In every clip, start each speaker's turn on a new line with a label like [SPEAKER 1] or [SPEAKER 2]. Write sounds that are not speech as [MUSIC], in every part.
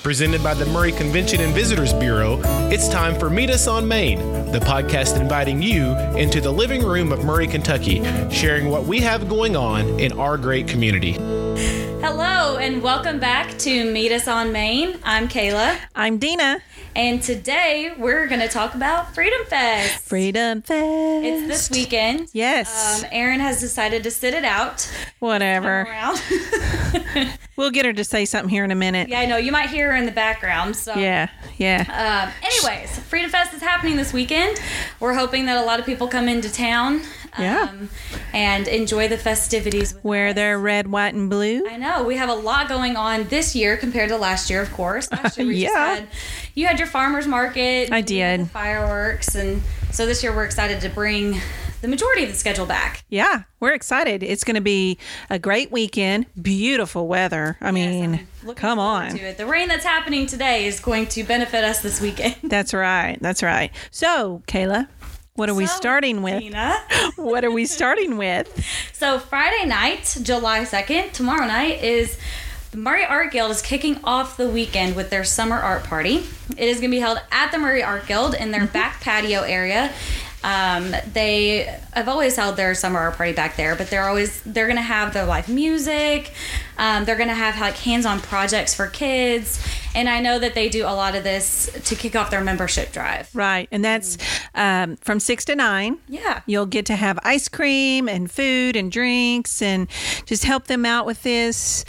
[SPEAKER 1] Presented by the Murray Convention and Visitors Bureau, it's time for Meet Us on Main, the podcast inviting you into the living room of Murray, Kentucky, sharing what we have going on in our great community.
[SPEAKER 2] Hello, and welcome back to Meet Us on Main. I'm Kayla,
[SPEAKER 3] I'm Dina.
[SPEAKER 2] and today we're going to talk about Freedom Fest.
[SPEAKER 3] Freedom Fest.
[SPEAKER 2] It's this weekend.
[SPEAKER 3] Yes.
[SPEAKER 2] Um, Aaron has decided to sit it out.
[SPEAKER 3] Whatever.
[SPEAKER 2] Around. [LAUGHS]
[SPEAKER 3] [LAUGHS] We'll get her to say something here in a minute.
[SPEAKER 2] yeah, I know. You might hear her in the background. So,
[SPEAKER 3] Yeah. Yeah.
[SPEAKER 2] Um, anyways, Freedom Fest is happening this weekend. We're hoping that a lot of people come into town
[SPEAKER 3] Yeah.
[SPEAKER 2] um, and enjoy the festivities. With
[SPEAKER 3] Wear their red, white, and blue.
[SPEAKER 2] I know we have a lot going on this year compared to last year, of
[SPEAKER 3] [LAUGHS]
[SPEAKER 2] course. Last year we just
[SPEAKER 3] Yeah.
[SPEAKER 2] had you had your farmers market. you
[SPEAKER 3] I
[SPEAKER 2] had
[SPEAKER 3] did.
[SPEAKER 2] the fireworks, and so this year we're excited to bring the majority of the schedule back.
[SPEAKER 3] Yeah. We're excited. It's going to be a great weekend. Beautiful weather. I mean,
[SPEAKER 2] I'm looking
[SPEAKER 3] come
[SPEAKER 2] forward
[SPEAKER 3] on.
[SPEAKER 2] to it. The rain that's happening today is going to benefit us this weekend.
[SPEAKER 3] That's right. That's right. So, Kayla,
[SPEAKER 2] [LAUGHS]
[SPEAKER 3] what are we
[SPEAKER 2] So,
[SPEAKER 3] starting with?
[SPEAKER 2] Oh, Tina.
[SPEAKER 3] [LAUGHS] What are we starting with?
[SPEAKER 2] So Friday night, July 2nd, tomorrow night is the Murray Art Guild is kicking off the weekend with their summer art party. It is going to be held at the Murray Art Guild in their back patio area. Um, they have always held their summer art party back there, but they're always they're going to have their live music. Um, they're going to have like hands-on projects for kids, and I know that they do a lot of this to kick off their membership drive.
[SPEAKER 3] Right. And that's um, from six to nine.
[SPEAKER 2] Mm. Yeah.
[SPEAKER 3] You'll get to have ice cream and food and drinks and just help them out with this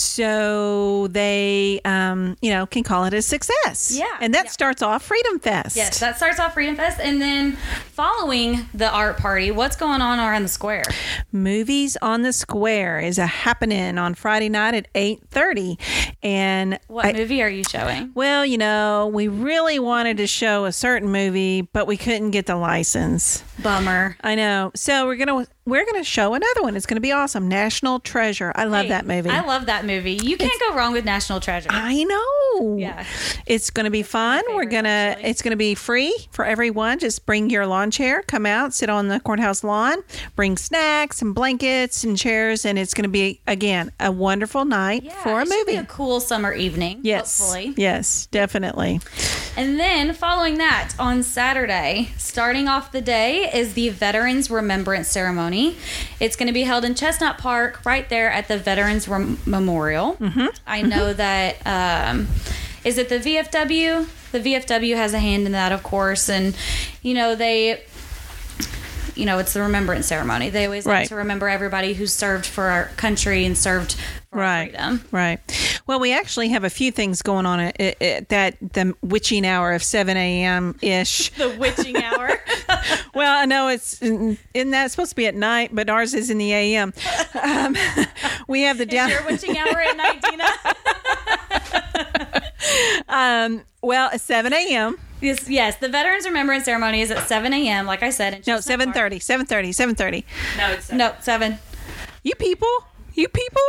[SPEAKER 3] so they, um, you know, can call it a success.
[SPEAKER 2] Yeah.
[SPEAKER 3] And that
[SPEAKER 2] Yeah.
[SPEAKER 3] starts off Freedom Fest.
[SPEAKER 2] Yes, that starts off Freedom Fest, and then following the art party, what's going on around the square?
[SPEAKER 3] Movies on the Square is a happening on Friday night at 8.30. And
[SPEAKER 2] What
[SPEAKER 3] I-
[SPEAKER 2] movie are you showing?
[SPEAKER 3] well, you know, we really wanted to show a certain movie, but we couldn't get the license.
[SPEAKER 2] Bummer.
[SPEAKER 3] I know. So we're gonna we're gonna show another one. It's gonna be awesome. National Treasure. I love that movie.
[SPEAKER 2] I love that movie. You can't go wrong with National Treasure.
[SPEAKER 3] I know.
[SPEAKER 2] Yeah.
[SPEAKER 3] It's going to be fun. We're
[SPEAKER 2] favorite,
[SPEAKER 3] going to
[SPEAKER 2] actually.
[SPEAKER 3] it's going to be free for everyone. Just bring your lawn chair, come out, sit on the courthouse lawn, bring snacks and blankets and chairs and it's going to be again a wonderful night
[SPEAKER 2] Yeah,
[SPEAKER 3] for a
[SPEAKER 2] it should be a
[SPEAKER 3] movie.
[SPEAKER 2] cool summer evening.
[SPEAKER 3] yes.
[SPEAKER 2] hopefully.
[SPEAKER 3] Yes, definitely.
[SPEAKER 2] And then following that on Saturday, starting off the day is the Veterans Remembrance Ceremony. It's going to be held in Chestnut Park, right there at the Veterans Rem- Memorial.
[SPEAKER 3] Mm-hmm.
[SPEAKER 2] I know that um, is it the VFW. The VFW has a hand in that, of course, and you know they. You know, it's the remembrance ceremony. They always like
[SPEAKER 3] Right.
[SPEAKER 2] to remember everybody who served for our country and served for our
[SPEAKER 3] Right.
[SPEAKER 2] freedom.
[SPEAKER 3] Right. Well, we actually have a few things going on at, at- at that the witching hour of 7 a.m. ish.
[SPEAKER 2] The witching
[SPEAKER 3] [LAUGHS]
[SPEAKER 2] hour.
[SPEAKER 3] Well, I know it's in that supposed to be at night, but ours is in the AM. Um, [LAUGHS] we have the down.
[SPEAKER 2] Your witching hour at night, Dina.
[SPEAKER 3] Um, well, at 7 a.m.
[SPEAKER 2] Yes, yes. The Veterans Remembrance Ceremony is at 7 a.m. Like I said, in
[SPEAKER 3] No,
[SPEAKER 2] Chestnut
[SPEAKER 3] 7:30,
[SPEAKER 2] Park.
[SPEAKER 3] 7:30, 7:30.
[SPEAKER 2] No, it's no seven.
[SPEAKER 3] You people, you people.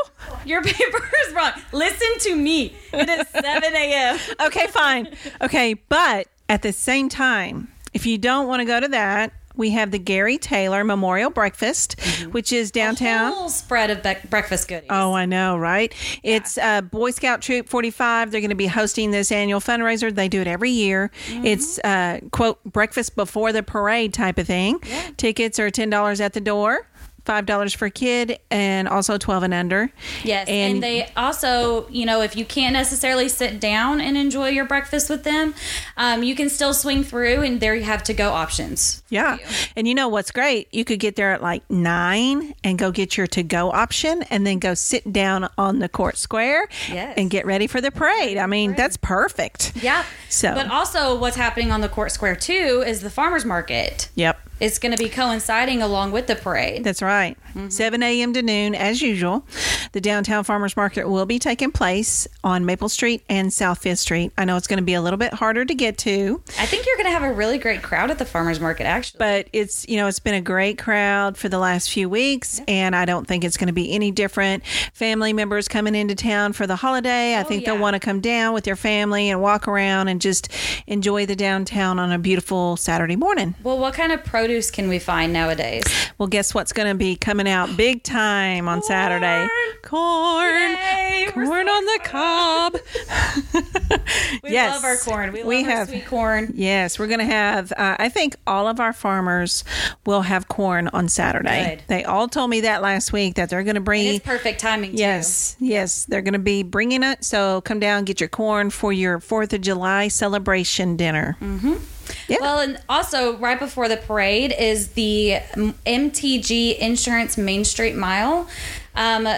[SPEAKER 2] Your [LAUGHS] paper is wrong. Listen to me. It is 7 [LAUGHS] a.m.
[SPEAKER 3] Okay, fine. Okay, but at the same time, if you don't want to go to that, we have the Gary Taylor Memorial Breakfast, which is downtown.
[SPEAKER 2] Full spread of bec- breakfast goodies.
[SPEAKER 3] Oh, I know, right? It's uh, Boy Scout Troop 45. They're going to be hosting this annual fundraiser. They do it every year.
[SPEAKER 2] Mm-hmm.
[SPEAKER 3] It's, uh, quote, breakfast before the parade type of thing. Tickets are $10 at the door. Five dollars for kid, and also twelve and under.
[SPEAKER 2] Yes, and, they also, you know, if you can't necessarily sit down and enjoy your breakfast with them, um, you can still swing through, and there you have to go options.
[SPEAKER 3] yeah. And you know what's great? You could get there at like nine and go get your to go option, and then go sit down on the court square
[SPEAKER 2] Yes.
[SPEAKER 3] and get ready for the parade. I mean, that's perfect.
[SPEAKER 2] Yeah.
[SPEAKER 3] So-
[SPEAKER 2] but also, what's happening on the court square too is the farmers market.
[SPEAKER 3] Yep.
[SPEAKER 2] It's going to be coinciding along with the parade.
[SPEAKER 3] That's right. 7 a.m. to noon, as usual. The downtown farmers market will be taking place on Maple Street and South Fifth Street. I know it's going to be a little bit harder to get to,
[SPEAKER 2] I think you're going to have a really great crowd at the farmers market, actually.
[SPEAKER 3] but it's, you know, it's been a great crowd for the last few weeks, and I don't think it's going to be any different. Family members coming into town for the holiday, I think
[SPEAKER 2] yeah.
[SPEAKER 3] they'll want to come down with their family and walk around and just enjoy the downtown on a beautiful Saturday morning.
[SPEAKER 2] Well, what kind of produce can we find nowadays?
[SPEAKER 3] Well, guess what's going to be coming out big time on Saturday? Corn.
[SPEAKER 2] Yay, we're
[SPEAKER 3] Corn on the cob.
[SPEAKER 2] [LAUGHS]
[SPEAKER 3] [LAUGHS]
[SPEAKER 2] We
[SPEAKER 3] Yes.
[SPEAKER 2] love our corn. We,
[SPEAKER 3] We
[SPEAKER 2] love our
[SPEAKER 3] have-
[SPEAKER 2] sweet corn.
[SPEAKER 3] Yes, we're going to have, uh, I think all of our farmers will have corn on Saturday.
[SPEAKER 2] Good.
[SPEAKER 3] They all told me that last week that they're going to bring.
[SPEAKER 2] And it's perfect timing. too.
[SPEAKER 3] Yes, yes, they're going to be bringing it. So come down, get your corn for your Fourth of July celebration dinner.
[SPEAKER 2] Mm.
[SPEAKER 3] Yeah.
[SPEAKER 2] Well, and also right before the parade is the M- MTG Insurance Main Street Mile. Um,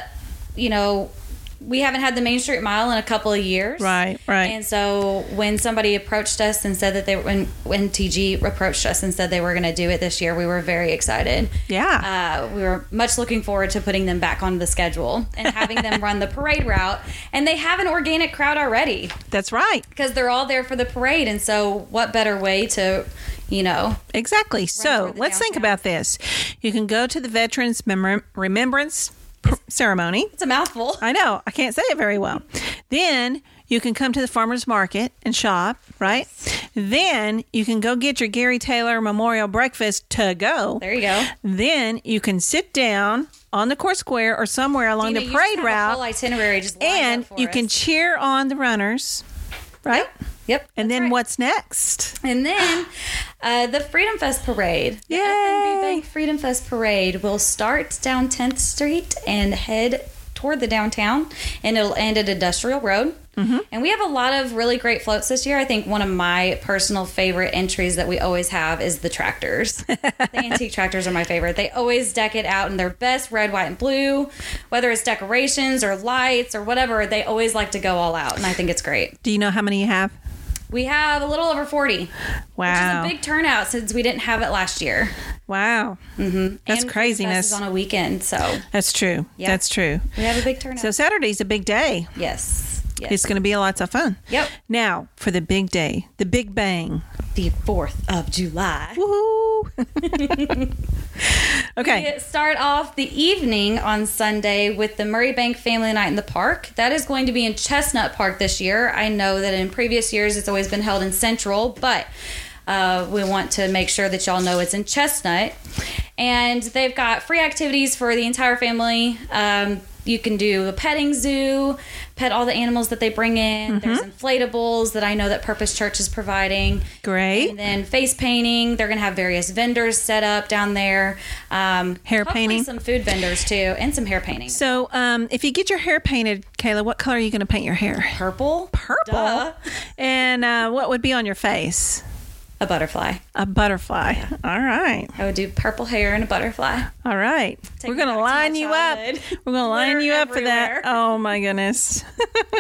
[SPEAKER 2] you know, we haven't had the Main Street Mile in a couple of years.
[SPEAKER 3] Right, right.
[SPEAKER 2] And so when somebody approached us and said that they when when TG approached us and said they were going to do it this year, we were very excited.
[SPEAKER 3] Yeah.
[SPEAKER 2] Uh, we were much looking forward to putting them back on the schedule and having them
[SPEAKER 3] [LAUGHS]
[SPEAKER 2] run the parade route. And they have an organic crowd already
[SPEAKER 3] That's right.
[SPEAKER 2] because they're all there for the parade and so what better way to you know
[SPEAKER 3] Exactly. so
[SPEAKER 2] toward the
[SPEAKER 3] let's think
[SPEAKER 2] downtown.
[SPEAKER 3] about this. You can go to the Veterans Memor- Remembrance pr- Ceremony.
[SPEAKER 2] it's a
[SPEAKER 3] [LAUGHS]
[SPEAKER 2] mouthful
[SPEAKER 3] I know, I can't say it very well. Then you can come to the farmers market and shop, right? Then you can go get your Gary Taylor Memorial Breakfast to go.
[SPEAKER 2] there you go
[SPEAKER 3] Then you can sit down on the court square or somewhere along
[SPEAKER 2] Dina,
[SPEAKER 3] the
[SPEAKER 2] you just
[SPEAKER 3] parade
[SPEAKER 2] have a
[SPEAKER 3] route
[SPEAKER 2] whole itinerary just lined
[SPEAKER 3] and
[SPEAKER 2] up for
[SPEAKER 3] you
[SPEAKER 2] us.
[SPEAKER 3] can cheer on the runners, right?
[SPEAKER 2] yep
[SPEAKER 3] And
[SPEAKER 2] that's
[SPEAKER 3] then
[SPEAKER 2] right.
[SPEAKER 3] what's next?
[SPEAKER 2] and then uh, the freedom fest parade The
[SPEAKER 3] Yay.
[SPEAKER 2] F&B Bank freedom fest parade will start down 10th street and head toward the downtown and it'll end at industrial road
[SPEAKER 3] Mm-hmm.
[SPEAKER 2] And we have a lot of really great floats this year. I think one of my personal favorite entries that we always have is the
[SPEAKER 3] [LAUGHS]
[SPEAKER 2] tractors. the antique tractors are my favorite. They always deck it out in their best red, white, and blue, whether it's decorations or lights or whatever. They always like to go all out, and I think it's great.
[SPEAKER 3] Do you know how many you have?
[SPEAKER 2] We have a little over 40,
[SPEAKER 3] Wow.
[SPEAKER 2] which is a big turnout since we didn't have it last year.
[SPEAKER 3] wow. Mm-hmm. That's
[SPEAKER 2] And Fest
[SPEAKER 3] craziness.
[SPEAKER 2] is on a weekend, so
[SPEAKER 3] That's true.
[SPEAKER 2] Yeah.
[SPEAKER 3] That's true.
[SPEAKER 2] we have a big turnout.
[SPEAKER 3] So Saturday's a big day.
[SPEAKER 2] yes. Yes.
[SPEAKER 3] It's going to be lots of fun.
[SPEAKER 2] Yep.
[SPEAKER 3] Now for the big day, the big bang.
[SPEAKER 2] the 4th of July.
[SPEAKER 3] Woohoo! [LAUGHS] okay.
[SPEAKER 2] We start off the evening on Sunday with the Murray Bank Family Night in the Park. That is going to be in Chestnut Park this year. I know that in previous years it's always been held in Central, but uh, we want to make sure that y'all know it's in Chestnut. And they've got free activities for the entire family. Um, you can do a petting zoo, pet all the animals that they bring in. There's inflatables that I know that Purpose Church is providing.
[SPEAKER 3] Great.
[SPEAKER 2] And then face painting. They're going to have various vendors set up down there. Um,
[SPEAKER 3] Hair
[SPEAKER 2] hopefully
[SPEAKER 3] painting.
[SPEAKER 2] Some food vendors too, and some hair painting.
[SPEAKER 3] So um, if you get your hair painted, Kayla, what color are you going to paint your hair?
[SPEAKER 2] Purple,
[SPEAKER 3] Purple.
[SPEAKER 2] Duh.
[SPEAKER 3] And uh, what would be on your face?
[SPEAKER 2] a butterfly.
[SPEAKER 3] A butterfly. All right.
[SPEAKER 2] I would do purple hair and a butterfly.
[SPEAKER 3] All right. We're
[SPEAKER 2] me back
[SPEAKER 3] going
[SPEAKER 2] to my
[SPEAKER 3] to line you up.
[SPEAKER 2] childhood.
[SPEAKER 3] We're going to line
[SPEAKER 2] Glitter
[SPEAKER 3] you up for that.
[SPEAKER 2] everywhere.
[SPEAKER 3] Oh my goodness.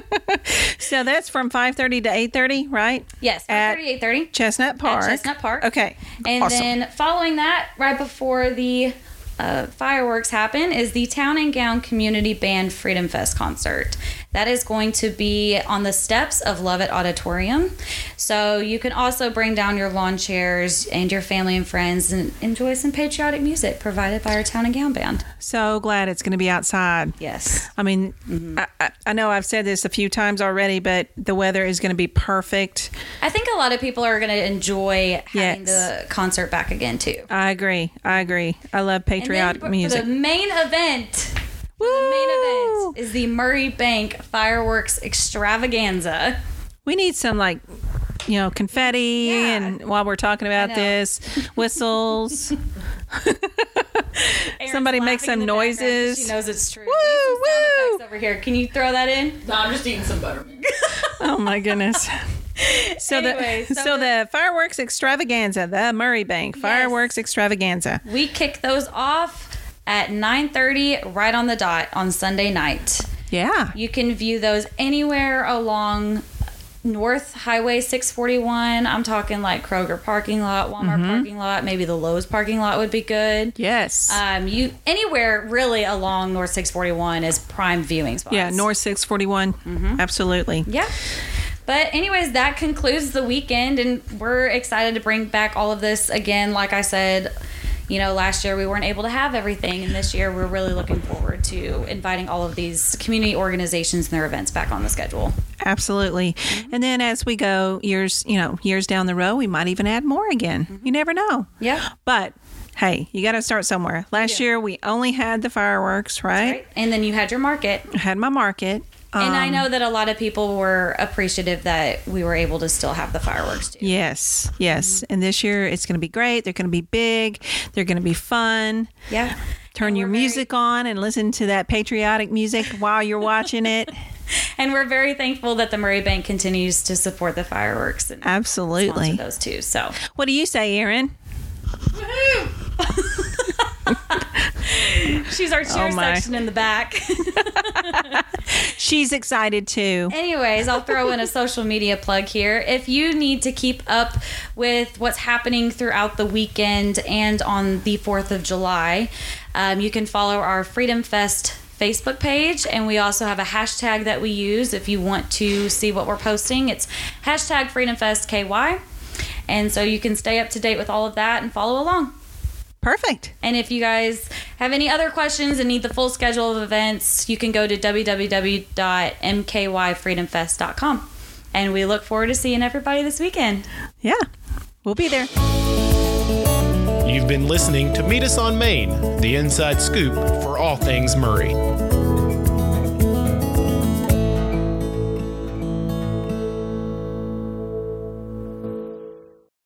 [SPEAKER 3] [LAUGHS] so that's from 5:30 to 8:30, right?
[SPEAKER 2] Yes,
[SPEAKER 3] At
[SPEAKER 2] 8:30, 8:30.
[SPEAKER 3] Chestnut Park.
[SPEAKER 2] Chestnut Park.
[SPEAKER 3] Okay.
[SPEAKER 2] And
[SPEAKER 3] Awesome.
[SPEAKER 2] then following that, right before the uh, fireworks happen, is the Town and Gown Community Band Freedom Fest concert. That is going to be on the steps of Lovett Auditorium. So you can also bring down your lawn chairs and your family and friends and enjoy some patriotic music provided by our Town and Gown Band.
[SPEAKER 3] so glad it's going to be outside.
[SPEAKER 2] Yes.
[SPEAKER 3] I mean,
[SPEAKER 2] Mm-hmm.
[SPEAKER 3] I, I, I know I've said this a few times already, but the weather is going to be perfect.
[SPEAKER 2] I think a lot of people are going to enjoy having
[SPEAKER 3] Yes.
[SPEAKER 2] the concert back again too.
[SPEAKER 3] I agree. I agree. I love patriotic
[SPEAKER 2] for-
[SPEAKER 3] music.
[SPEAKER 2] For the main event.
[SPEAKER 3] Woo!
[SPEAKER 2] The main event is the Murray Bank Fireworks Extravaganza.
[SPEAKER 3] We need some like, you know, confetti,
[SPEAKER 2] Yeah.
[SPEAKER 3] and while we're talking about
[SPEAKER 2] know. [LAUGHS]
[SPEAKER 3] this, whistles.
[SPEAKER 2] Erin's
[SPEAKER 3] Somebody make
[SPEAKER 2] laughing
[SPEAKER 3] some
[SPEAKER 2] in the background 'cause
[SPEAKER 3] noises.
[SPEAKER 2] She knows it's true. Woo,
[SPEAKER 3] Woo, woo.
[SPEAKER 2] over here. Can you throw that in?
[SPEAKER 4] No, I'm just eating some buttermilk.
[SPEAKER 3] [LAUGHS] oh
[SPEAKER 2] [LAUGHS]
[SPEAKER 3] my goodness. So [LAUGHS]
[SPEAKER 2] Anyway,
[SPEAKER 3] the
[SPEAKER 2] so
[SPEAKER 3] so,
[SPEAKER 2] the-
[SPEAKER 3] the fireworks extravaganza, the Murray Bank fireworks extravaganza.
[SPEAKER 2] We kick those off at 9:30 right on the dot on Sunday night.
[SPEAKER 3] Yeah.
[SPEAKER 2] You can view those anywhere along North Highway 641. I'm talking like Kroger parking lot, Walmart parking lot, maybe the Lowe's parking lot would be good.
[SPEAKER 3] Mm-hmm. Yes.
[SPEAKER 2] Um, you anywhere really along North 641 is prime viewing spots.
[SPEAKER 3] yeah. North six
[SPEAKER 2] Mm-hmm.
[SPEAKER 3] Absolutely.
[SPEAKER 2] Yeah. But anyways, that concludes the weekend and we're excited to bring back all of this again. Like I said, you know, last year we weren't able to have everything and this year we're really looking forward to inviting all of these community organizations and their events back on the schedule.
[SPEAKER 3] Absolutely.
[SPEAKER 2] Mm-hmm.
[SPEAKER 3] And then as we go years, you know, years down the road, we might even add more again. You never know.
[SPEAKER 2] Mm-hmm. Yeah.
[SPEAKER 3] But hey, you got to start somewhere. Last year we only had the fireworks, right?
[SPEAKER 2] Right? And then you had your market.
[SPEAKER 3] I had my market. Uh,
[SPEAKER 2] and I know that a lot of people were appreciative that we were able to still have the fireworks too.
[SPEAKER 3] Yes, yes.
[SPEAKER 2] Mm-hmm.
[SPEAKER 3] And this year it's going to be great. They're going to be big. They're going to be fun.
[SPEAKER 2] Yeah.
[SPEAKER 3] Turn your
[SPEAKER 2] we're very-
[SPEAKER 3] music on and listen to that patriotic music while you're watching it.
[SPEAKER 2] And we're very thankful that the Murray Bank continues to support the fireworks and sponsor
[SPEAKER 3] Absolutely.
[SPEAKER 2] those too. So
[SPEAKER 3] What do you say, Erin?
[SPEAKER 2] [LAUGHS] she's our cheer
[SPEAKER 3] my.
[SPEAKER 2] section in the back. [LAUGHS]
[SPEAKER 3] She's excited too.
[SPEAKER 2] Eh. Anyways, I'll throw in a social media plug here. If you need to keep up with what's happening throughout the weekend and on the 4th of July, um, you can follow our Freedom Fest Facebook page. And we also have a hashtag that we use if you want to see what we're posting. It's hashtag Freedom Fest KY. And so you can stay up to date with all of that and follow along.
[SPEAKER 3] Perfect.
[SPEAKER 2] And if you guys have any other questions and need the full schedule of events, you can go to www.mkyfreedomfest.com. And we look forward to seeing everybody this weekend.
[SPEAKER 3] Yeah. We'll be there.
[SPEAKER 1] You've been listening to Meet Us on Main, the inside scoop for all things Murray.